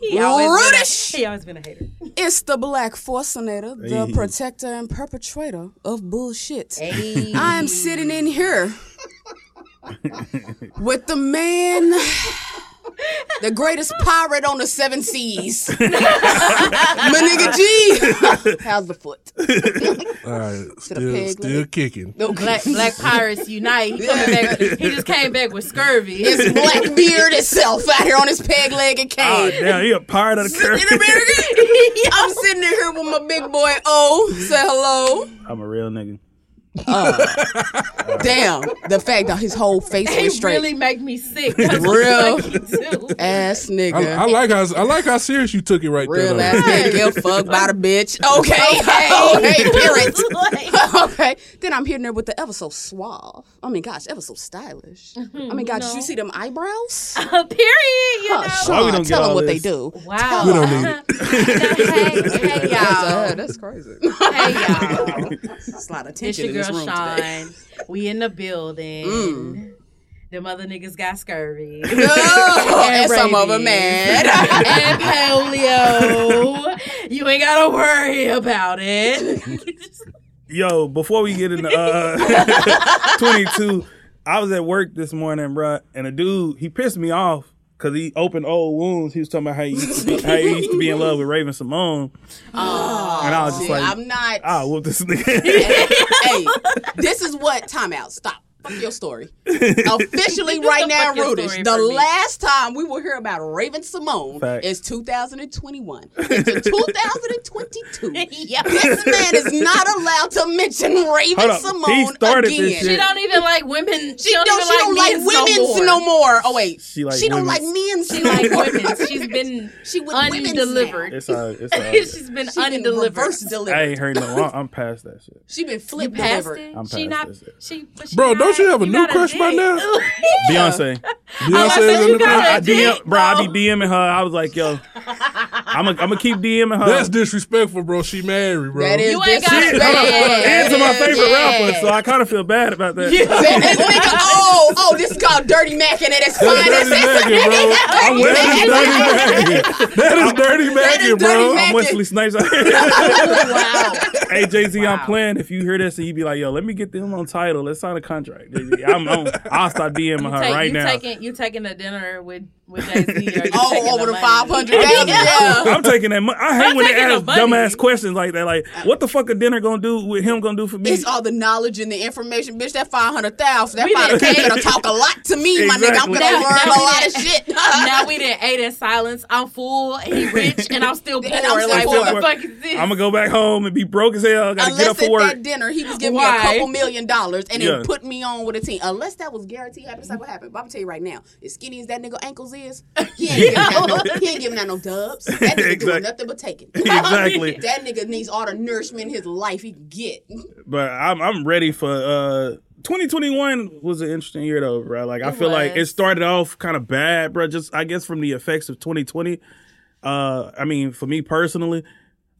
he always been Rudish. A, he always been a hater. It's the Black Forcinator, the Hey. protector and perpetrator of bullshit. Hey. I am sitting in here with the man, the greatest pirate on the seven seas. My nigga G. How's the foot? All right, peg still, still leg. kicking. Okay. Black Black Pirates Unite. He, coming back, he just came back with scurvy. It's Blackbeard itself out here on his peg leg and Oh, cane. damn, he a pirate of the In a curve. minute, I'm sitting in here with my big boy O. Say hello. I'm a real nigga. Damn, the fact that his whole face They was straight. really make me sick. 'cause Real. it's like you do. ass nigga. I, I like how I like how serious you took it right Real there. ass though. nigga, give a fuck about a bitch. Okay, okay, okay, parent. okay, then I'm here there with the ever so suave. I mean, gosh, ever so stylish. I mean, gosh, you see them eyebrows? Period. You know. Huh, Sean, we don't get tell them all what this? they do. Wow. We don't need it. hey, hey, y'all. that's crazy. Hey, y'all. That's a lot of It's tension your in this girl room today. Mm. Shine. We in the building. The mother niggas got scurvy. Oh, and some of rabies. them mad. and polio. You ain't gotta worry about it. Yo, before we get into uh, 22, I was at work this morning, bruh, and a dude, he pissed me off because he opened old wounds. He was talking about how he used to be, how he used to be in love with Raven Simone. and I was just See, like, ah, I'm not. I'll whoop this nigga. hey, this is what timeout. Stop. Fuck your story. Officially, right now, Fuck your Rudish. story The for me. last time we will hear about Raven Simone Fact. is 2021. Into 2022. yep. This man is not allowed to mention Raven Hold up. He Simone started this again. shit. She don't even like women. She, She don't, don't, she don't even like like, men's women's no more. no more. Oh wait, She like she don't like women's. men's She no like more. women. She's been She with women's undelivered. it's all right. It's all right. She's been She been undelivered. reverse I delivered. ain't heard no. I- I'm past that shit. She been You flip passed delivered. it. I'm She past not. this. She, but she Bro, got- don't you have a new got crush by dick. now? Beyonce. Beyonce said is you in the got crowd. I, I Dick, DM, bro. I be DMing her. I was like, yo, I'm gonna I'm keep DMing her. That's disrespectful, bro. She married, bro. That is You ain't got disrespect. a dick. and to my favorite Yeah. rapper, so I kind of feel bad about that. Yeah. Say this nigga, oh, oh, this is called Dirty Mac and it is fine. That's dirty That's Mackin, bro. I'm Wesley Dirty Mackin. That is dirty Mackin, dirty bro. Mackin. I'm Wesley Snipes. Wow. hey Jay Z, am playing. If you hear this and you be like, "Yo, let me get them on title. Let's sign a contract." I'm, I'm, I'll start DMing her Take- right you now. Taking, you taking a dinner with with Jay Z? Oh, over the money? 500,000. Yeah. I'm taking that. Money. I hate I'm when they taking ask the money. dumbass questions like that. Like, what the fuck a dinner gonna do with him? Gonna do for me? It's all the knowledge and the information, bitch. That 500,000, that We 500K didn't- gonna talk a lot to me, my nigga. I'm Exactly. gonna Now- learn now a we lot of didn't- shit. now we didn't ate in silence. I'm full. He rich, and I'm still poor. And I'm still like poor. what the fuck is this? I'm gonna go back home and be broke as hell. I gotta Unless get up at for work. that dinner he was giving me a Why? couple million dollars and Yeah. then put me on with a team. Unless that was guaranteed, that's like what happened. But I'm gonna tell you right now, as skinny as that nigga ankles is, he ain't, giving, out no, he ain't giving out no dubs. That nigga Exactly. doing nothing but taking. Exactly. that nigga needs all the nourishment in his life he can get. but I'm I'm ready for uh 2021 was an interesting year though, bro. Like I feel like it was. started off kind of bad, bro. Just I guess from the effects of 2020. Uh, I mean, for me personally,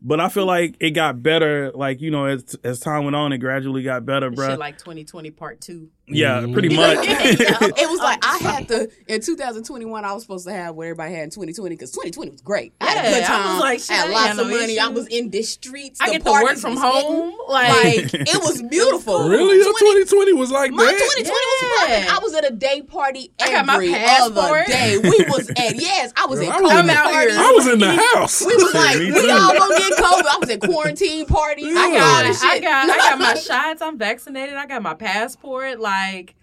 but I feel like it got better. Like you know, as as time went on, it gradually got better, bro. Shit like 2020 part two. yeah, pretty much. it was like I had to in 2021. I was supposed to have what everybody had in 2020 because 2020 was great. I had a Yeah, good I time. was like, shit, I had I lots ain't of got no money. I issues. was in the streets. I the get to parties work from was home. Like, hitting. Like it was beautiful. Really? Your 20 2020 was like my 2020 that? was perfect. Yeah. I was at a day party I got my every other passport. day. We was at yes, I was Girl, at I was in COVID the- parties. I was in the house. We was like, Me we too. all gonna get COVID. I was at quarantine parties. I Yeah. got all this shit. I got I got my shots. I'm vaccinated. I got my passport. Like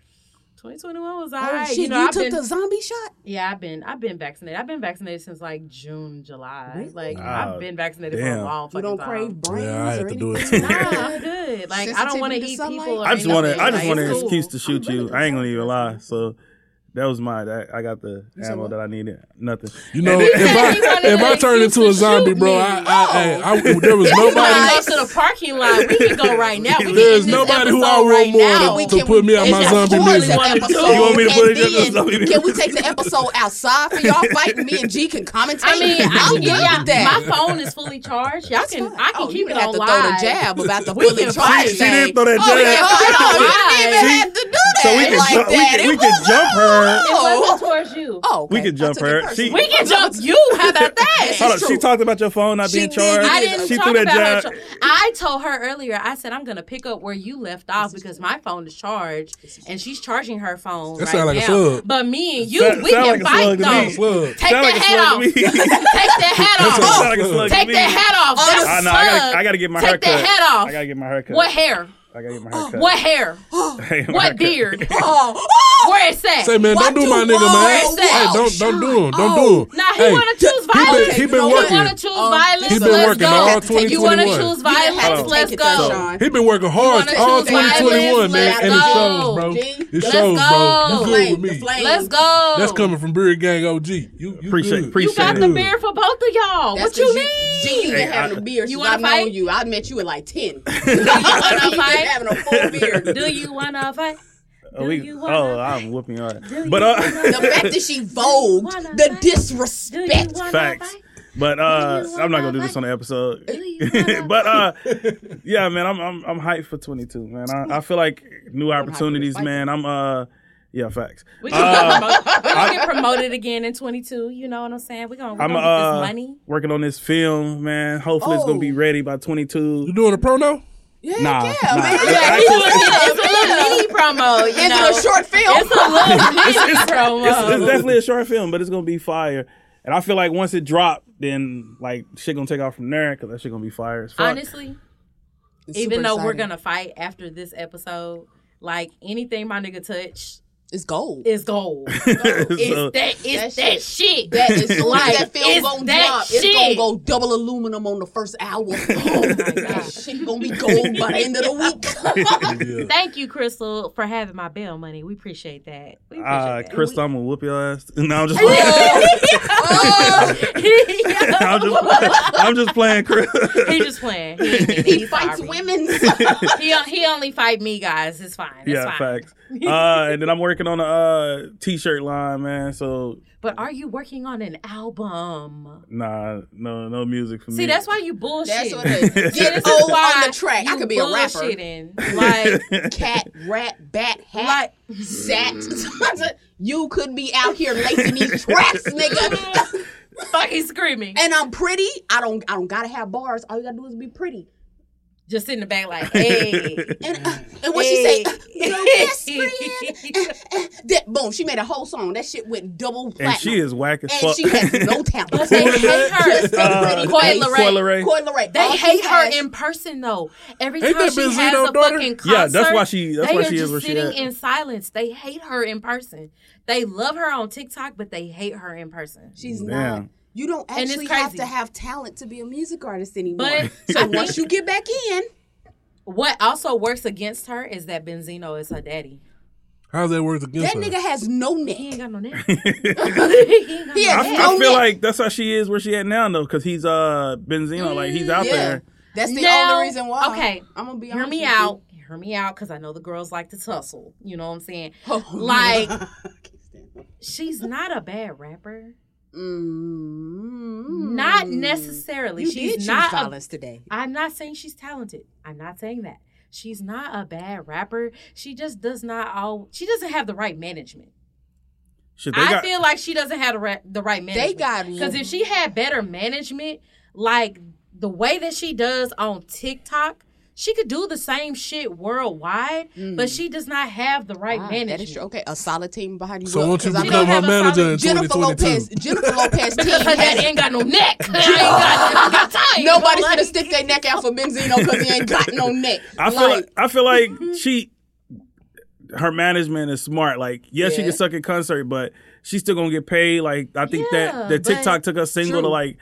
2021 was Oh, alright. shit, you you, know, I've took been the zombie shot? yeah, I've been I've been vaccinated. I've been vaccinated since like June, July. Like Wow. I've been vaccinated for Damn. a long You fucking don't time. crave brains Yeah, I or had to do it anything? too. Nah, I'm good. Like I don't want to Sensitivity to eat sunlight? people. Or I just want want to. to. I just want an cool. excuse to shoot you. I ain't gonna even lie. So. That was mine. I, I got the ammo that I needed. Nothing. You know, said if he wanted I if I an turn excuse into a to zombie, shoot bro, me. I, I, I, I there was nobody. Go to the parking lot. We can go right now. We can There's end this nobody who I episode want right more now. than- We to can- put me on it's my just zombie spoil list. this episode, You want me to put and it then in the zombie Can we take the episode outside for y'all fighting? Me and G can commentate. I mean, I can I'm good get with y'all. My that. phone is fully charged. Y'all can. I can oh, you keep it have on to live. throw the jab about the We bullet can charge fight. She didn't throw that Oh, yeah, Why? hold on. You didn't even have jab. to do So we can, like ju- we that. can, It we can jump her. Oh. It wasn't towards you. Oh, We okay. could jump I took it her. personal. She- We can jump you. How about that? Hold up, true. she talked about your phone not She being did. charged. I I didn't she talk threw that about her. jab. char- I told her earlier. I said I'm gonna pick up where you left off because my phone is charged, and she's charging her phone. That right sound like a now. slug. But me and you, Sound- we sound can like a fight slug to though. me. Slug. Take Sound that like a hat off. slug to Take that hat off. me. Sound like a slug Take that hat off. to me. That's I know. I gotta, I slug. gotta get my Take hair cut. that hat off. I gotta get my hair cut. What hair? I gotta get my hair cut. What hair? I gotta get my hair What cut. beard? Oh, oh, Where it's at? Say, man, What don't do you my nigga, want? man. Say, Hey, don't don't do him. Don't do him. Oh, Nah, he Hey, wanna choose he been- violence. He You know been what? You want to working. choose violence? he been Let's working go. all You want to 2021. choose Hold violence? on. Let's Take it down, go. Sean. He been working hard wanna all choose violence? 2021, man, Let's and it go. shows, bro. G, It let's shows, go. bro. You flame, good the with me? flame. Let's go. That's coming from Beard Gang OG. You, you Appreciate- good. appreciate You got it. the beard for both of y'all. That's what you 'cause need? G, you been Hey, having I- a beard You since wanna I've fight? known you. I met you at like 10. wanna You've been fight? having a full beard. Do you wanna fight? Oh, we- Do you wanna- oh, I'm whooping your ass. But uh, The fact that she vogued, wanna the fight? Do you disrespect. wanna facts. fight? But uh, Do you I'm not wanna gonna do this on the episode. Do you wanna but uh, yeah, man, I'm I'm I'm hyped for 22, man. I, I feel like new opportunities, man. I'm uh, yeah, facts. We can get, promoted. We can get promoted again in 22. You know what I'm saying? We're going to I'm get uh this money. working on this film, man. Hopefully it's gonna be Oh. ready by 22. You doing a prono? nah, nah. It's a little mini promo. You know? It's a short film. It's a little mini promo. it's, it's definitely a short film, but it's gonna be fire. And I feel like once it dropped, then like shit gonna take off from there because that shit gonna be fire as fuck. Honestly, It's even super though we're exciting. going to fight after this episode, like anything my nigga touch It's gold. is gold. It's So- that, it's that, That shit. That is Like, like that it's film gonna that drop. shit. It's gonna go double aluminum on the first hour. Oh my gosh, shit gonna be gold by the end of the week. Thank you, Crystal, for having my bail money. We appreciate that. We appreciate uh, that. Crystal, I'm gonna whoop your ass. No, I'm just playing. I'm just, I'm just playing, Chris. he just playing. He, he, he fights sorry. women. He, he only fight me, guys. It's fine. It's yeah, fine. facts. Uh, and then I'm working on a uh, t-shirt line, man. So But are you working on an album? nah, no, no music for me. See, that's why you bullshit. That's what it is. Yeah, Get this old is why on the track. I you could be a rapper. bullshitting. Like, Cat, rat, bat, hat, like sat. you could be out here lacing these tracks, nigga. fucking screaming. and I'm pretty. I don't. I don't gotta have bars. All you gotta do is be pretty. Just in the back, like, hey. And, uh, and what she say? Mm. Hey. Uh, your best friend. Uh, uh, that boom. She made a whole song. That shit went double platinum. and she is whack as and fuck. she has no talent. They hate Just her. a Uh, pretty Coi face. Leray. Coi Leray. Coi Leray. They All she hate her has- in person though. Every Ain't time that she Benzino's has a daughter? fucking concert, Yeah, that's why she- that's they why are she is just where she sitting at. in silence. They hate her in person. They love her on TikTok, but they hate her in person. She's Damn. not. You don't And it's actually have crazy. to have talent to be a music artist anymore. But- so once you get back in, What also works against her is that Benzino is her daddy. How's that work against that her? nigga has no He ain't neck. got no name. he ain't got He no has I, neck. no I feel neck. like that's how she is where she at now though, because he's uh Benzino, like he's out Mm, yeah. there. That's the Now- only reason why. okay, I'm gonna be Hear honest me with out. Hear me out, because I know the girls like to tussle. You know what I'm saying? you. Like- She's not a bad rapper. Mm. Mm-hmm. Not necessarily. You She's did choose not a violence today. I'm not saying she's talented. I'm not saying that. She's not a bad rapper. She just does not all. She doesn't have the right management. Shit, they I got feel like she doesn't have the, ra- the right management. got- because if she had better management, like the way that she does on TikTok, she could do the same shit worldwide. But she does not have the right Mm. Ah, management. that is true. Okay, a solid team behind you. So Well, won't you 'cause I become know her have a manager solid in Jennifer 2022? Lopez. Jennifer Lopez team Because her had daddy it. ain't got no neck. I ain't got, I got time. Nobody's Like- gonna stick their neck out for Benzino because he ain't got no neck. I feel like, I feel like she her management is smart. Like, yeah, she Yeah. can suck at concert, but she's still gonna get paid. Like, I think Yeah, that the but- TikTok took a single to True. like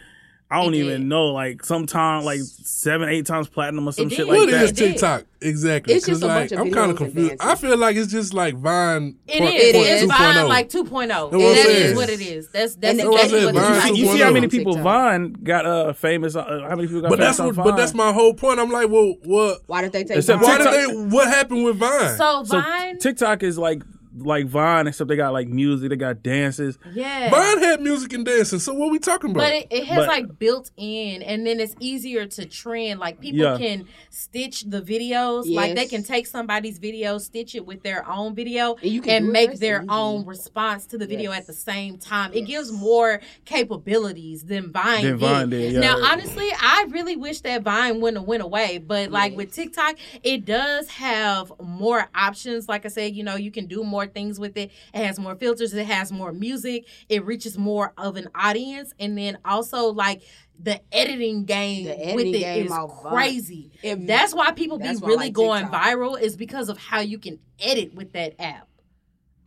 I don't It even did. know, like sometime like seven, eight times platinum or some It shit did. like What It is that. did. TikTok exactly? It's 'Cause, just a like, bunch of I'm kind of videos confused. and I dances. feel like it's just like Vine. It part- is. part It's 2.0. oh. Vine like 2.0. what I'm That saying. is what it is. That's that's And what I'm exactly saying. what it Vine is. You, Two you see point how oh. many people TikTok. Vine got uh famous? Uh, how many people got But famous that's on what, Vine? but that's my whole point. I'm like, well, what? why did they take Except Vine? Why TikTok- did they? What happened with Vine? So so Vine, TikTok is like like Vine and stuff. They got like music. They got dances. Yeah. Vine had music and dancing, so what we talking about? But it, it has But- like built in, and then it's easier to trend. Like people Yeah. can stitch the videos. Like they Yes. can take somebody's video, stitch it with their own video, And and, you can do it make yourself. their Mhm. own response to the video Yes. at the same time. It gives more capabilities than Vine. Than Vine did, yeah. Now, honestly, I really wish that Vine wouldn't have went away. But like with TikTok, it does have more options. Like I said, you know, you can do more things with it. It has more filters. It has more music. It reaches more of an audience, and then also like the editing game The editing with it is game off Vine. crazy. If- that's why people That's be why I really like going TikTok. viral is because of how you can edit with that app.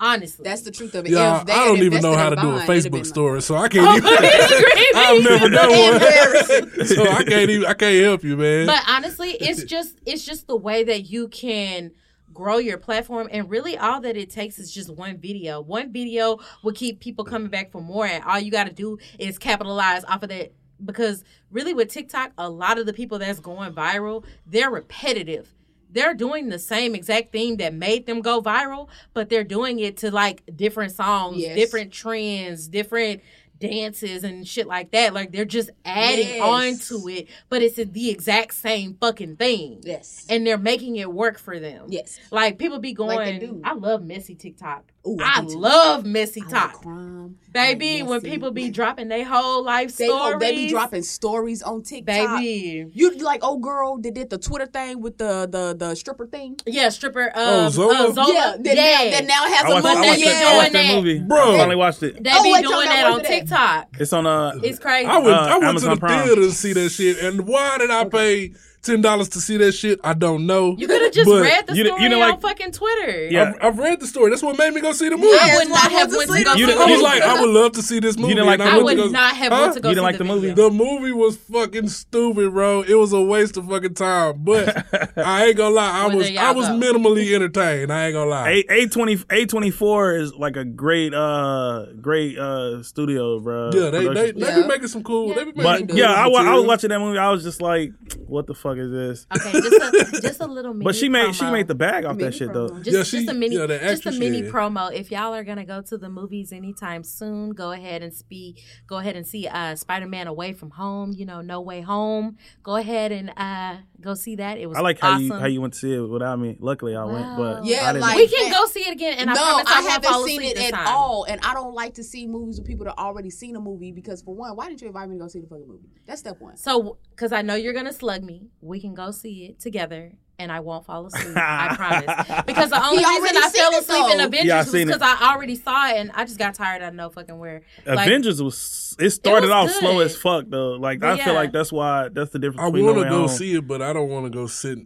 Honestly, That's the truth of it. Y'all, If they I had don't even know invested how in to do a Vine, it'd have Facebook been story, so I can't even. I've never done one. Embarrassing. so I can't even. I can't help you, man. but honestly it's just it's just the way that you can grow your platform and really all that it takes is just one video one video will keep people coming back for more and all you got to do is capitalize off of that because really with tiktok a lot of the people that's going viral they're repetitive they're doing the same exact thing that made them go viral but they're doing it to like different songs Yes. different trends different dances and shit like that like they're just adding Yes. on to it it, but it's the exact same fucking thing. Yes. And they're making it work for them. Yes. Like people be going, Like they do. I love messy TikTok. Ooh, I I, do too. love messy I like TikTok. crime. Baby, I like when messy. people be dropping their whole life they, stories. oh, they be dropping stories on TikTok. Baby. You like oh girl that did the Twitter thing with the the the stripper thing? Yeah, stripper uh, Oh, Zola? uh, Zola. Yeah, that, Now, that now has I a watched, I month money. watched, that that, you're I yeah. doing watched that that. movie. Bro. I finally watched it. They Oh, be wait, y'all doing got that one on today. TikTok. It's on uh. It's crazy. I went, Uh, I went Amazon to the Prime. theater to see that shit, and why did I pay ten dollars to see that shit? I don't know. you could have just But read the you di- you story didn't on like- fucking Twitter. Yeah. I've, I've read the story. That's what made me go see the movie. I would That's why not I have went to went to sleep. go You see didn't- the I was movie. like, I would love to see this movie. didn't like and the I went movie? would to go- not have Huh? went to go You see didn't like the movie? video. The movie was fucking stupid, bro. It was a waste of fucking time. But I ain't gonna lie, I Well, was there y'all I was go. minimally entertained. I ain't gonna lie. A A twenty A twenty four is like a great uh great uh studio, bro. yeah, they they, they Yeah. be making some cool. They be making some But cool yeah, I, wa- I was material. watching that movie. I was just like, what the fuck is this? Okay, just a, just a little mini But she made she promo. made the bag off that Mini shit promo. though. Just, Yeah, she- just a mini, yeah, the just a actress, mini yeah. promo. If y'all are gonna go to the movies anytime soon, go ahead and speak. Go ahead and see uh, Spider Man Away from Home. You know, No Way Home. Go ahead and uh, go see that. It was I like how awesome. you how you went to see it without me. Luckily, I went, but Yeah, I didn't. like- we can go see it again, and I no, promise I, I, won't fall haven't seen asleep it this at time. all, and I don't like to see movies with people that already seen a movie because for one, why didn't you invite me to go see the fucking movie? That's step one. So, because I know you're gonna slug me, we can go see it together, and I won't fall asleep. I promise. Because the only He reason already I seen fell it, asleep in though. Avengers Yeah, I was seen it. because I already saw it, and I just got tired. I know fucking where. Like, Avengers was it started was off good. slow as fuck though. Like But I yeah. feel like that's why that's the difference. I between want No to Way go Home. see it, but I don't want to go sit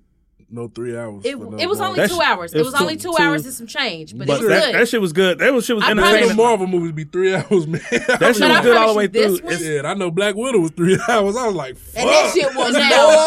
no three hours. It, for no it was only That's- two hours. It it's was only two- two, hours two- and some change, but, But it was that, good. that shit was good. That was shit was I promise- The Ain't- entertaining. Marvel movies be three hours, man. That shit But I was good all the way promise you, through. this one- It's- Yeah, and I know Black Widow was three hours. I was like, fuck. And that shit was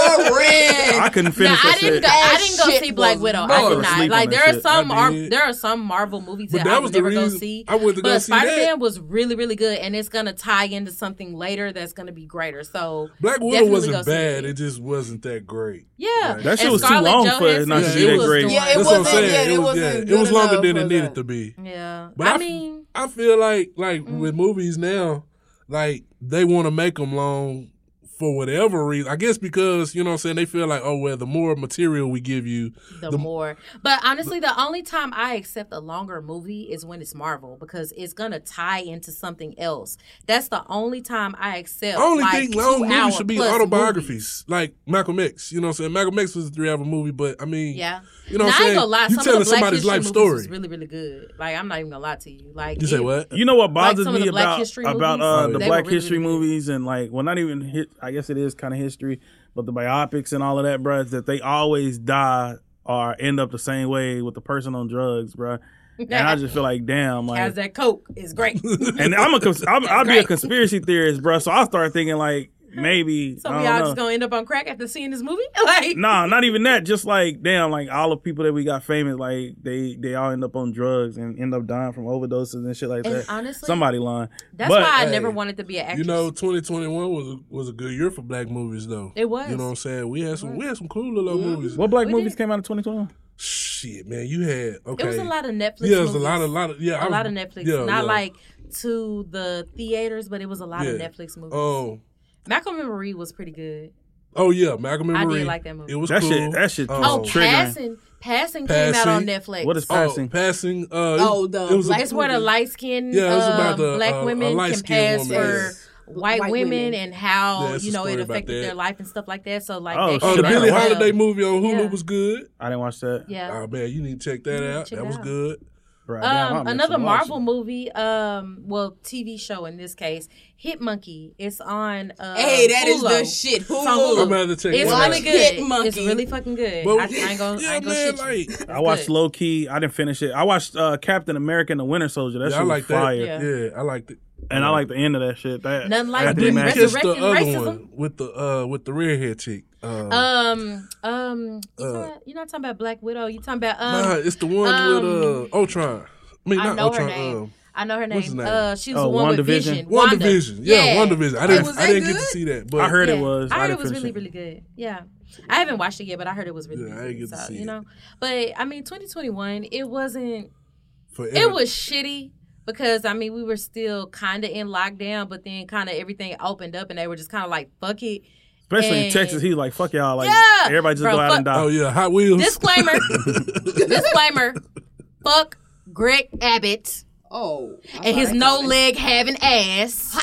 boring. I couldn't No, finish I that didn't shit. go. I That didn't go shit see Black was Widow. I boring. did Sleep not. on Like that there are shit. some I Mar- did. there are some Marvel movies But that, that I was would the never go reason see. I went to go but see that. Spider Man was really really good, and it's gonna tie into something later that's gonna be greater. So Black Widow definitely wasn't go see bad. It just wasn't that great. yeah, That And shit was too Scarlett long for it to not Johansson, be that she was great. doing- Yeah, it That's wasn't- what I'm saying. yeah, it was, wasn't yeah, good it was longer enough than it for needed that. to be. Yeah, But I I f- mean, I feel like like Mm-hmm. with movies now, like they want to make them long for whatever reason. I guess because you know what I'm saying they feel like oh well, the more material we give you, the, more. But honestly, the only time I accept a longer movie is when it's Marvel because it's gonna tie into something else. That's the only time I accept. I only like, think long two-hour movies should be plus autobiographies, movies. like Malcolm X. You know what I'm saying? Malcolm X was a three hour movie, but I mean, Yeah. you know Now, I what I'm ain't saying? gonna lie. you some telling of the Black somebody's History life movies story. Was really, really good. Like I'm not even gonna lie to you. Like you say it- what? You know what bothers some of me the Black about History about movies? uh, Oh, the they were Black really, History really good. movies and like well, not even hit. I guess it is kind of history, but the biopics and all of that, bruh, is that they always die or end up the same way with the person on drugs, bruh. And I just feel like damn, As like. that Coke is great. so And I'm a cons- I'm, I'll be a great. conspiracy theorist, bruh. So I start thinking like maybe I we don't all know. just gonna end up on crack after seeing this movie? Like nah, not even that. Just like damn, like all the people that we got famous, like they they all end up on drugs and end up dying from overdoses and shit like And that. honestly, somebody lying. that's But- why I hey, never wanted to be an actress. You know, 2021 was a, was a good year for black movies, though. It was. You know what I'm saying? We had some we had some cool little movies. What black We movies did. came out in 2021? shit, man. You had okay. It was a lot of Netflix. Yeah, it was a movies. lot of lot of yeah. I a was- lot of Netflix. yeah, Not yeah. like to the theaters, but it was a lot of Yeah. Netflix movies. Oh, Malcolm and Marie was pretty good. oh yeah, Malcolm and I did Marie. like that movie. It was That cool. shit- that shit Oh, Um, was triggering. passing, passing, came out on Passing. Netflix. What is oh, passing? passing. Uh, Oh, the it was a- uh, black- It's where the light skinned Yeah, it was about um, the, black uh, a women can light-skinned pass woman. for Yes. white, White women, women. and how Yeah, it's a you know it story about affected that. their life and stuff like that. So like Oh, that oh, came the out shit, I Billie as well. Holiday movie on Hulu Yeah. was good. I didn't watch that. Yeah. Oh man, you need to check that Yeah, out. check that it was out. good. Right now, Um, I'm another actually watching. Marvel movie, um, well, TV show in this case, Hit Monkey. It's on. Uh, Hey, that is Hulu. the shit. Hulu. Hulu. I'm gonna have to check It's that really out. good. Hitmonkey. It's really fucking good. But I, I ain't gonna, I yeah, ain't gonna man, shit you. like I watched good. Low Key. I didn't finish it. I watched uh, Captain America and the Winter Soldier. That yeah, I shit was like that. fire. Yeah. Yeah. I liked it. And I like the end of that shit. That Nothing like that didn't Green match. Resurrection. Just the other racism. one with the uh with the redhead chick. Uh, Um, um, you Uh, talking about- you're not talking about Black Widow. You're talking about um. nah, it's the one um, with uh Ultron. I mean, I not know her Ultron. name. um, I know her name. what's his name? Uh, she was Oh, the one with WandaVision. Vision. One Wanda. division, yeah, one division. I was didn't, I that didn't get to good? see that, but I heard it Yeah. was. I heard didn't it was finish really, really good. Yeah, I haven't watched it yet, but I heard it was really, Yeah, I really good. didn't get to so, see you it. know, but I mean, 2021, it wasn't. For It was shitty because I mean, we were still kind of in lockdown, but then kind of everything opened up, and they were just kind of like, "Fuck it." Especially in And- Texas, he was like, "Fuck y'all!" Like Yeah! everybody just Bro, go out fuck- and die. Oh yeah, Hot Wheels. Disclaimer. disclaimer. Fuck Greg Abbott Oh, and his no leg having ass.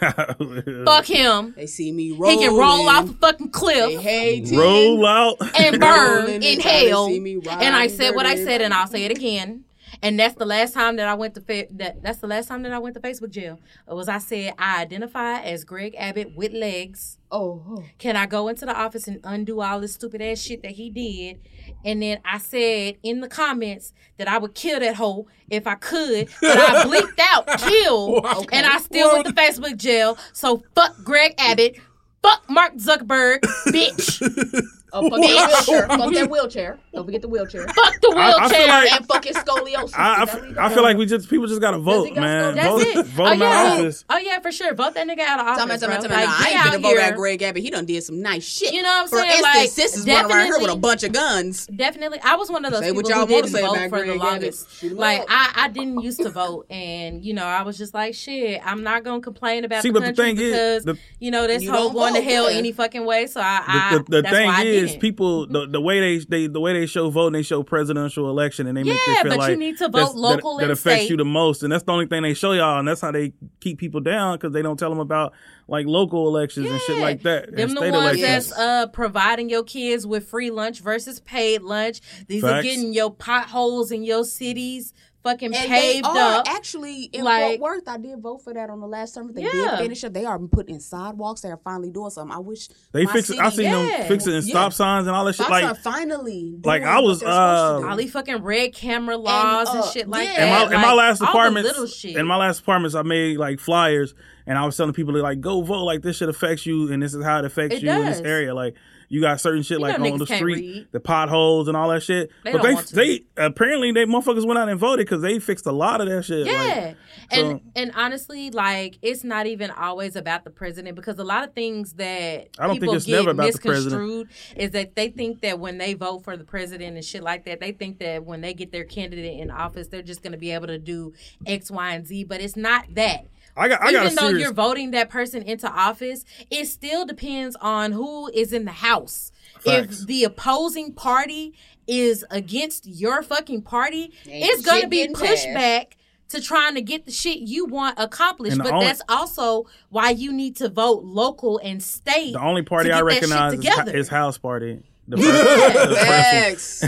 Oh, Fuck him. They see me He rolling. can roll off a fucking They cliff hate Roll out. and burn Rolling in and trying to hell. see me ride And I and said what I dirty. said, and I'll say it again. And that's the last time that I went to fa- that, that's the last time that I went to Facebook jail. Was I said I identify as Greg Abbott with legs. Oh, oh. Can I go into the office and undo all this stupid ass shit that he did? And then I said in the comments that I would kill that hoe if I could, but I bleeped out kill, Wow. and I still went to Facebook jail. So fuck Greg Abbott, fuck Mark Zuckerberg, bitch, Oh, fuck that wheelchair. Fuck that wheelchair. Don't forget the wheelchair. fuck the I- I feel wheelchair. like- And fucking scoliosis. I, I, Is that what f- you I got? feel like we just people just gotta vote, gotta man. go- that's vote it. vote oh, in my yeah. office. Oh yeah, for sure. Vote that nigga out of office. Tell me, tell me, bro. tell me. Like, nah, I get out ain't finna vote here. out Greg Abbott. He done did some nice shit. You know what I'm For saying? instance, Like, sisters running around here with a definitely- bunch of guns. Definitely, I was one of those Say what people who y'all wanna didn't say vote about for the Greg Abbott. longest. Shoot 'em Like up. I, I didn't used to vote, and you know, I was just like, shit, I'm not gonna complain about See, the but the country thing because is, the- you know this You whole don't going to vote, hell yeah. any fucking way. So I, I The, the, the that's why I thing is, didn't. Mm-hmm. people the, the way they, they the way they show voting, they show presidential election, and they make Yeah, you feel but you like need to vote that's- local that, that and affects state. you the most, and that's the only thing they show y'all, and that's how they keep people down because they don't tell them about like local elections and shit Yeah. like that. and Them the state ones elections. that's uh, providing your kids with free lunch versus paid lunch. These are Facts. getting your potholes in your cities fucking And paved they are up. actually in Like- Fort Worth. I did vote for that on the last term. They Yeah. did finish up. They are putting in sidewalks. They are finally doing something. I wish They my fix. I city- seen yeah. them fixing stop signs and all that shit. Cops are Like, finally. like, doing I was, what they're supposed to uh, all do. these fucking red camera laws and, uh, shit like yeah. that. in my, in my Like, last all the apartments, little shit. in my last apartments, I made like flyers, and I was telling people like, go vote. Like this shit affects you, and this is how it affects It you in this does. area. Like you got certain shit like know on niggas the can't street, read. the potholes and all that shit. They but don't want to. they they apparently they motherfuckers went out and voted because they fixed a lot of that shit. Yeah. Like, and so- and honestly, like it's not even always about the president because a lot of things that I don't think people it's get never about the president. misconstrued is that they think that when they vote for the president and shit like that, they think that when they get their candidate in office, they're just gonna be able to do X, Y, and Z. But it's not that. I got I got a even though serious. you're voting that person into office, it still depends on who is in the house. Facts. If the opposing party is against your fucking party, it's shit going to be getting passed. pushback to trying to get the shit you want accomplished. And the But only- that's also why you need to vote local and state. the only party to I get that shit recognize is, together. is House Party. The first, the first Facts.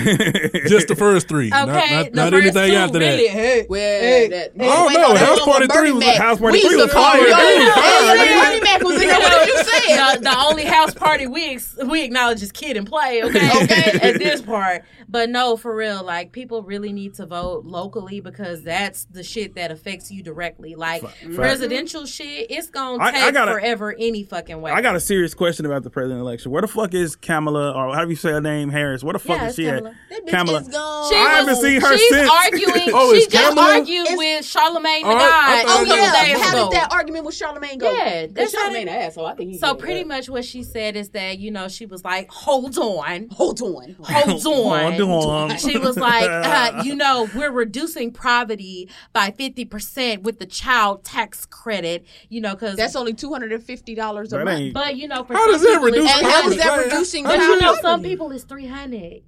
one. Just the first three. not okay, not, the not first anything two, after really. that. Hey, Well, hey, that- hey, I don't wait, know. no, that House was Party Bernie three was- Mac. House Party We three used was to call fire. it That Bernie was Mac. fire. Hey, Bernie Mac was in there. What you saying? the, the only house party we ex- we acknowledge is kid and play, okay? Okay. At this part, but no, for real, like people really need to vote locally because that's the shit that affects you directly. Like presidential shit, it's gonna I- I take gotta- forever any fucking way. I got a serious question about the president election. Where the fuck is Kamala, or how do you say her name, Harris? Where the fuck Yeah, is it's she Kamala. at? Is gone. She I haven't seen her she's since. arguing. Oh, she it's just Kamala? argued It's- with Charlemagne the Oh, I- I God thought a it was- couple Yeah, days how ago. did that argument with Charlemagne go? Yeah, that's Charlemagne how an asshole. I think he So did pretty that. much what she said is that you know she was like, hold on, Hold on. hold on. Hold on. She was like, uh, you know, we're reducing poverty by 50% with the child tax credit, you know, because. That's only two hundred and fifty dollars a That month. ain't- But, you know, for How some does that people it's- reduce? and how is that poverty? reducing But child you know, poverty? some people it's 300.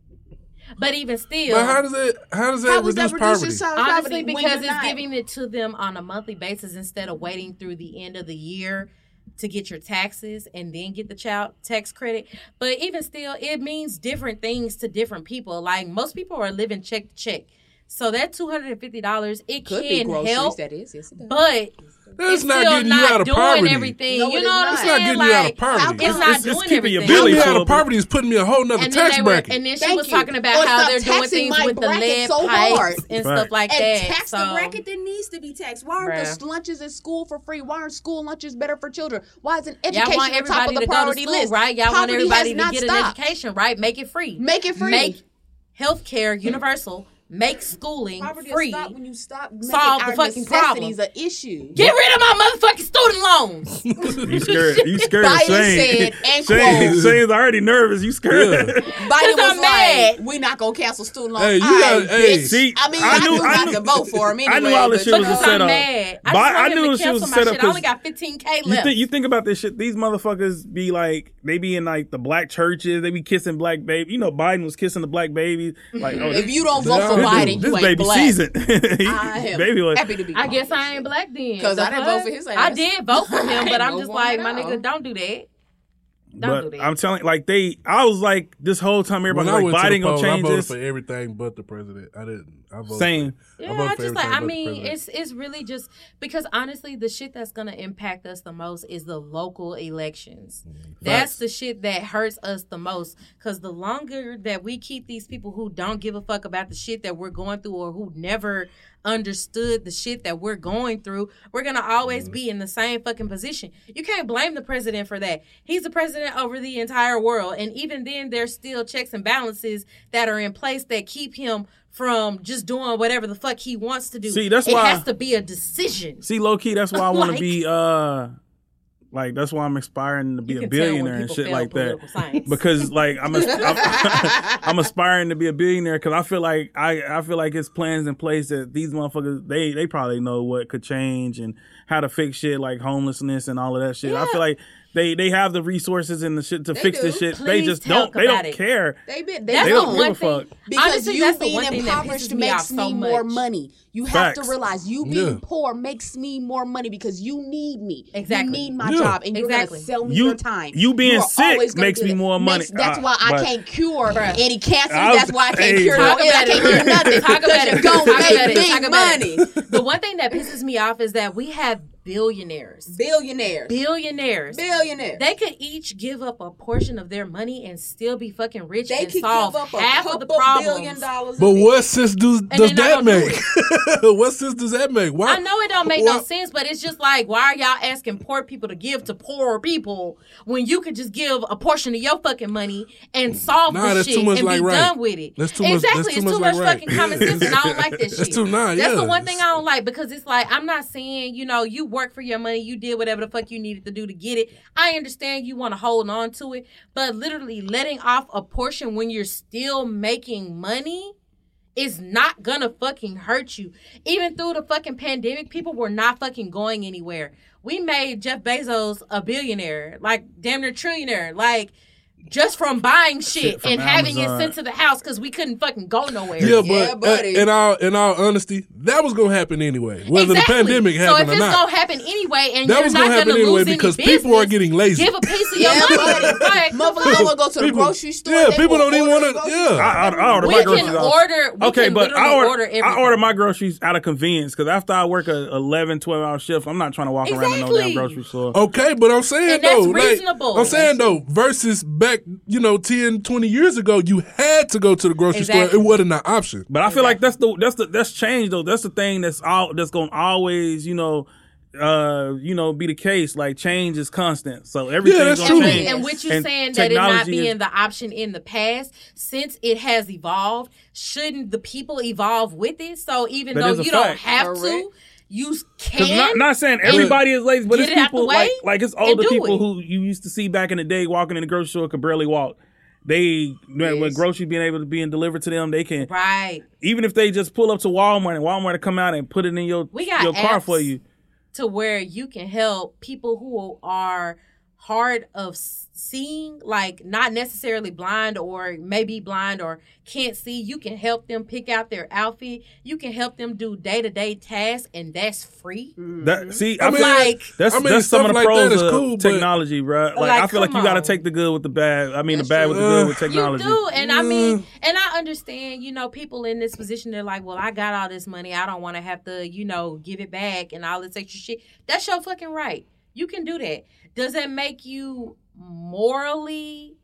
But even still. But how does it? How does that How is reduce that poverty? reducing child Honestly, poverty when because you're it's not? giving it to them on a monthly basis instead of waiting through the end of the year to get your taxes and then get the child tax credit. But even still, it means different things to different people. Like most people are living check to check. So that two hundred and fifty dollars, it Could be can groceries. help, That is. Yes, it does. but That's it's not still getting you not out of doing poverty. everything. No, you it know is what I'm not. saying? It's not getting like, you out of poverty. It's not It's- doing it's keeping your everything. bill Getting me Billy out of Club. poverty is putting me in a whole nother and then tax they were, bracket. and then she Thank was you. talking Or about how stop they're doing taxing things my with the bracket lead so pipes hard. and Right. stuff like and that. tax so. the bracket that needs to be taxed. Why aren't Bruh. the lunches at school for free? Why aren't school lunches better for children? Why isn't Y'all education want on top of everybody the to go to priority school, list? right? Y'all want Poverty everybody has to not get stopped. an education, right? Make it free. Make it free. Make healthcare universal. Make schooling Poverty will free. stop when you stop making Solve the our fucking necessities an issue. Get rid of my motherfucking student loans. You scared. You scared. Biden Shane. said and Shane, quote. Shane's already nervous. You scared. Biden was I'm mad. like, "We're not gonna cancel student loans." Hey, you I, got- hey. bitch. See, I mean, I I, knew- knew I not knew- to vote for him I anyway. knew all but- this shit was Because I'm a setup. mad. I But just I want knew him to she was cancel a my setup shit. I only 'cause got 15k You left. think you think about this shit? These motherfuckers be like, they be in like the black churches. They be kissing black baby. You know, Biden was kissing the black babies. Like, oh, Mm-hmm. If this, you don't vote for this Biden, dude- you this ain't baby black. season. I am baby was. happy to be. I guess I ain't black then. 'Cause The I didn't fuck? vote for his I ass. did vote for him, but I I'm ain't just vote like, for my him at nigga, don't do that. Don't do But that. I'm telling, like they, I was like this whole time. When Everybody I like went to the Biden gonna polls, I change voted this. for everything but the president. I didn't. I voted. Same. For, Yeah, voted I for just like everything I but the mean, president. it's it's really just because honestly, the shit that's gonna impact us the most is the local elections. That's the shit that hurts us the most. Cause the longer that we keep these people who don't give a fuck about the shit that we're going through or who never understood the shit that we're going through, we're gonna always be in the same fucking position. You can't blame the president for that. He's the president over the entire world, and even then, there's still checks and balances that are in place that keep him from just doing whatever the fuck he wants to do. See, that's it why- has to be a decision. See, low key, that's why I want Like- to be. uh Like that's why I'm aspiring to be You a can tell when billionaire and people shit fail like that. political science. Because like I'm, asp- I'm, I'm aspiring to be a billionaire because I feel like I I feel like it's plans in place that these motherfuckers they they probably know what could change and how to fix shit like homelessness and all of that shit. I feel like they they have the resources and the shit to fix this do. shit. they Please just talk don't. They about don't it. care. They been. They That's They the don't don't. one give a thing. fuck. Because honestly, you that's the being one thing that pisses impoverished me off makes so me more much. money. You have Facts. to realize you being Yeah. poor makes me more money because you need me. Exactly. You need my Yeah. job, and you're Exactly. gonna sell me You- your time. you being are sick always gonna makes do me that. more money. Makes- that's Ah, why I but- can't cure Bruh. any cancer. I was- That's why I can't Hey, cure. Talk no ill. I about it. can't cure nothing. Talk about it. Don't Talk make about it. me Talk about money. it. The one thing that pisses me off is that we have billionaires. Billionaires. Billionaires. Billionaires. They could each give up a portion of their money and still be fucking rich They and could give solve up a half of the couple billion dollars. problems. But a what sense does does they're not that gonna do make? what sense does that make? Why? I know it don't make no Well- sense, but it's just like, why are y'all asking poor people to give to poorer people when you could just give a portion of your fucking money and solve Nah, the that's shit too much and like be right. done with it? That's too much- exactly. that's too it's much too like much right. fucking common sense, and I don't like that shit. That's too- nah, That's yeah. the one thing I don't like because it's like I'm not saying you know you work for your money, you did whatever the fuck you needed to do to get it. I understand you want to hold on to it, but literally letting off a portion when you're still making money is not gonna fucking hurt you. Even through the fucking pandemic, people were not fucking going anywhere. We made Jeff Bezos a billionaire, like damn near trillionaire, like just from buying shit, from and having it Amazon. sent to the house because we couldn't fucking go nowhere. Yeah, but Yeah, buddy. uh, in all in all honesty, that was gonna happen anyway, whether exactly. the pandemic so if happened it's or not. gonna happen anyway, and That you're was not gonna happen gonna anyway lose any because business, people are getting lazy. Give a piece of your Yeah, money. buddy. Like, Motherfucker will go to the People- grocery store. yeah, they people will don't even order want to. groceries. Yeah, I, I, I order we my groceries. can off. order. We okay, can but literally I order, everything. I order my groceries out of convenience because after I work a 11, 12 hour shift, I'm not trying to walk around in no Exactly. damn grocery store. okay, but I'm saying And that's though, like, reasonable. I'm saying though, versus back, you know, 10, 20 years ago, you had to go to the grocery store. Exactly. It wasn't an option. But I feel like that's the that's the that's change though. That's the thing that's all that's gonna always you know, uh you know be the case. Like change is constant, so everything's that's gonna And, true. what- change. and what you're And saying that it not technology is- being the option in the past, since it has evolved, shouldn't the people evolve with it? So even That though is a you don't fact. have Correct. to, you Cause can. not, not saying everybody is lazy, but get it's it out people the way like like it's and older do people it. who you used to see back in the day walking in the grocery store could barely walk. They when when Yes. groceries being able to being delivered to them, they can right. even if they just pull up to Walmart and Walmart to come out and put it in your We got your car apps. for you. to where you can help people who are hard of s- seeing like not necessarily blind or maybe blind or can't see you can help them pick out their outfit you can help them do day-to-day tasks and that's free Mm-hmm. That see, I I mean, mean, Like- that's I mean, that's some stuff of the like that pros is of cool, but- technology, bro. Like, Like, I feel like come you got to on. take the good with the bad. I mean, That's the bad with the true. good with You technology. You do, and I mean, and I understand. You know, people in this position, they're like, "Well, I got all this money. I don't want to have to, you know, give it back and all this extra shit." That's your fucking right. You can do that. Does that make you morally,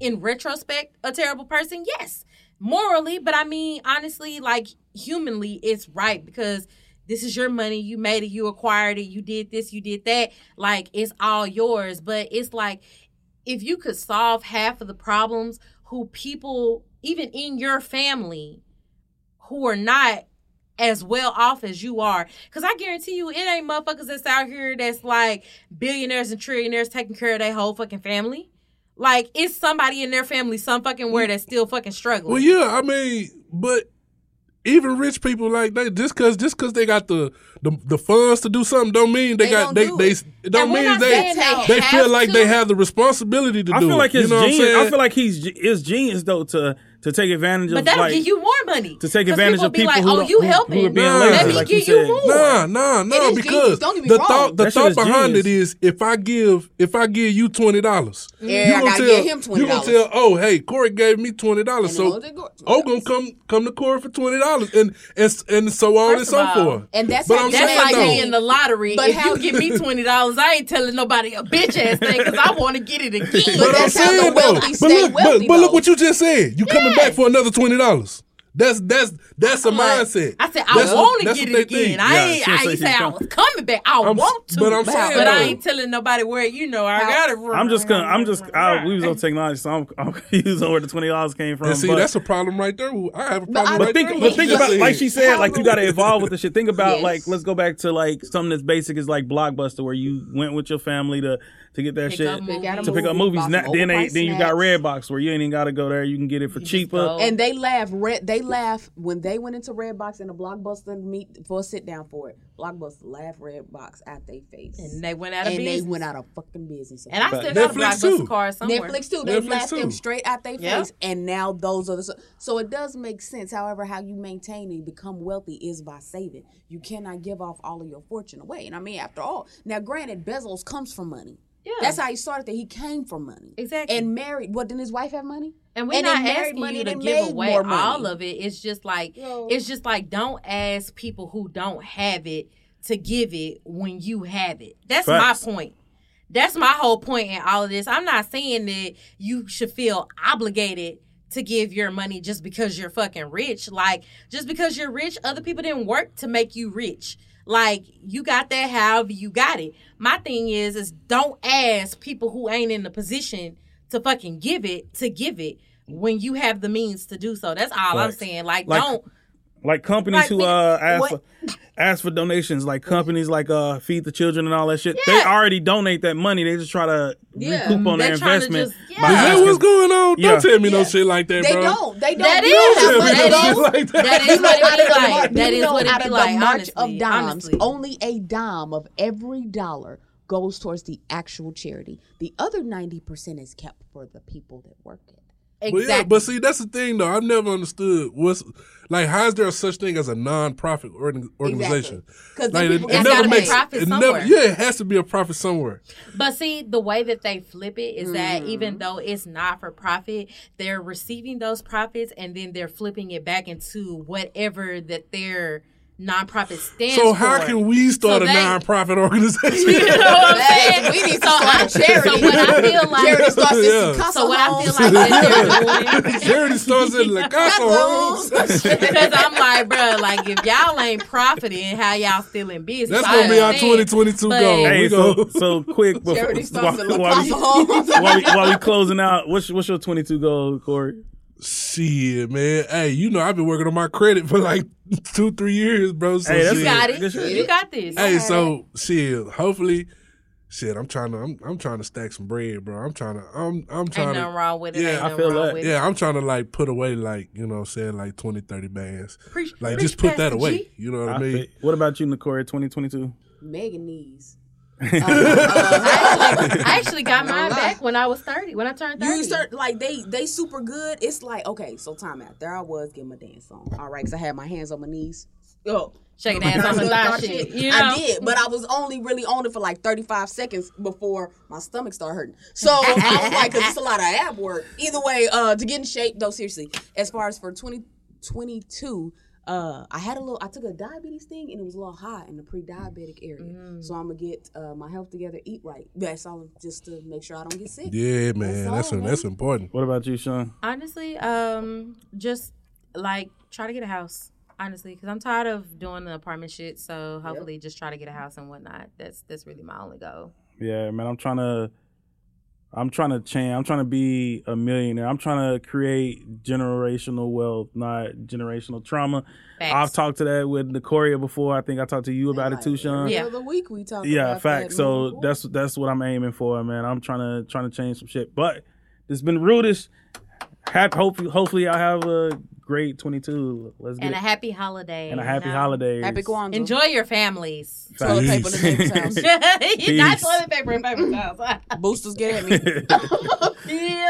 in retrospect, a terrible person? Yes, morally. But I mean, honestly, like humanly, it's right because. This is your money. You made it. You acquired it. You did this. You did that. Like, it's all yours. But it's like, if you could solve half of the problems who people even in your family who are not as well off as you are because i guarantee you it ain't motherfuckers that's out here that's like billionaires and trillionaires taking care of their whole fucking family like it's somebody in their family some fucking where that's still fucking struggling Well, yeah, I mean, but even rich people like they just cause just cause they got the the, the funds to do something don't mean they, They don't got they do they it. it don't And we're mean not they saying they they have feel like to. they have the responsibility to I do feel like it. his You know what I'm genius. saying? I feel like he's ge- it's genius though to to take advantage but of that'll like give you more money to take 'Cause advantage of be people like who oh don't- you who- who helping are being Nah. lazy, let me like give you you, said. more Nah, nah, nah. is Because genius, don't get me the wrong. thought the That shit thought is behind genius. it is if I give if I give you twenty dollars, Yeah, I gotta give him You gonna $20. tell oh hey Corey gave me twenty dollars, And so it was a good- oh gonna come come to Corey for twenty dollars and and and so on First and of so all, forth. and that's But how I'm you That's saying like though- me in the lottery. But if how- you give me twenty dollars, I ain't telling nobody a bitch ass thing because I want to get it again. But I'm that's how the saying though, wealthy but stay look, but, wealthy, but look though. what you just said. You coming back for another twenty dollars. That's that's that's a Like, mindset. I said I That's- want to that's get what it they think. again. I Yeah, ain't. she I said ain't she say I come- was coming back. I I'm s- want to, but I'm saying but I though- ain't telling nobody where. You know, I got it. From. I'm just gonna. I'm just. I, we was on technology, so I'm, I'm confused on where the twenty dollars came from. And see, but, that's a problem right there. I have a problem. I- right but think, there. but think Just about saying. like she said, like you got to evolve with the shit. Think about Yes. like let's go back to like something that's basic is like Blockbuster, where you went with your family to to get that Pick shit up They got a to pick up movie, movies. buy Now- some then they, overpriced then you got snacks. Redbox, where you ain't even got to go there. You can get it for cheaper. go. And And they laugh. Red, they laugh when they went into Redbox and the Blockbuster meet for a sit down for it. Blockbuster laughed Redbox out their face, And they went out of And they business. went out of fucking business. And I still Netflix got a too. blockbuster card somewhere. Netflix too. They Netflix laughed too. them straight out their Yeah. face, and now those are the. So, so it does make sense. However, how you maintain and become wealthy is by saving. You cannot give off all of your fortune away. And I mean, after all, now granted, Bezos comes from money. Yeah. That's how he started. That he came from money. Exactly. And married. What didn't his wife have money? And we're And they not married asking money you to that give made away more money. all of it. It's just like it's just like don't ask people who don't have it to give it when you have it. That's Facts. my point. That's my whole point in all of this. I'm not saying that you should feel obligated to give your money just because you're fucking rich. Like just because you're rich, other people didn't work to make you rich. Like you got that however you got it. My thing is is don't ask people who ain't in the position to fucking give it to give it when you have the means to do so. That's all I'm Facts. saying. Like, Like- don't like companies Like, who we- uh ask for, what- ask for donations, like companies like uh feed the children and all that shit. They Yeah. already donate that money. They just try to Yeah. recoup on They're their trying to investment. just- by yeah. Is that what's asking- going on? Yeah. Don't tell me no shit like that, They bro. don't. They don't. That You is- know how that much is- it Like that. that You is know, what out it of be the like. march, That is what it out be of like. the march Honestly, of dimes, honestly. only a dime of every dollar goes towards the actual charity. The other ninety percent is kept for the people that work it. But, exactly. yeah, but see, that's the thing though. I've never understood what's like. How is there such thing as a non-profit organ- organization? 'Cause then Like, people got- gotta be a profit it never. somewhere. Yeah, it has to be a profit somewhere. But see, the way that they flip it is that Mm-hmm. even though it's not for profit, they're receiving those profits and then they're flipping it back into whatever that their nonprofit stands for. So how can we start So a they- non-profit organization? You know what I'm saying? we need to So start I- a charity. So what I feel like, Charity starts at Yeah. Picasso so what I feel homes. like that they're doing Charity starts at La Casa Homes. because I'm like, bruh, like if y'all ain't profiting, how y'all still in business? That's I gonna be our understand. 2022 But- goal. Hey, we so, go. so quick before Charity starts while, at La while we, Casa Homes. while, we, while we closing out, what's what's your twenty two goal, Corey? Shit, man. Hey, you know I've been working on my credit for like two, three years, bro. So Hey, that's shit. You got Good it. shit. You got this. Hey, so shit. Hopefully, shit. I'm trying to. I'm, I'm trying to stack some bread, bro. I'm trying to. I'm I'm Ain't trying nothing to. wrong with it. Yeah, Ain't I nothing feel wrong that. With Yeah, I'm trying to like put away like you know what I'm saying like 20, 30 bands. Preach- like preach, just put that Pastor away. G. You know what I, I mean? fit. What about you, Nicole? Twenty twenty two. Megan knees. uh, I actually, I actually got mine back when I was 30, when I turned 30. You start like they they super good. It's like okay, so time out. There I was getting my dance on. All right, 'cause I had my hands on my knees. Oh, shaking ass on the thigh shit. You know? I did, but I was only really on it for like 35 seconds before my stomach started hurting. So I was like, 'cause it's a lot of ab work. Either way, uh, to get in shape, no, seriously, as far as for 2022, uh, I had a little, I took a diabetes thing and it was a little high in the pre diabetic area. Mm. So I'm going to get uh, my health together, eat right. That's all, just to make sure I don't get sick. Yeah, man. That's all, that's, important. What about you, Sean? Honestly, um, just like try to get a house. Honestly, because I'm tired of doing the apartment shit. So hopefully, just try to get a house and whatnot. That's that's really my only goal. Yeah, man. I'm trying to. I'm trying to change. I'm trying to be a millionaire. I'm trying to create generational wealth, not generational trauma. Facts. I've talked to that with Nicoria before. I think I talked to you about it too, Sean. Yeah. The other week we talked Yeah, about fact. that. Mm-hmm. So that's that's what I'm aiming for, man. I'm trying to trying to change some shit. But it's been rudish. Have, hopefully, hopefully, I'll have a great 22. Let's get and a happy holiday. and a you happy know? holidays. Happy Kwanzaa. Enjoy your families. Toilet Facts. paper in the neighbor's house. Not toilet paper and paper towels. Boosters get at me. yeah,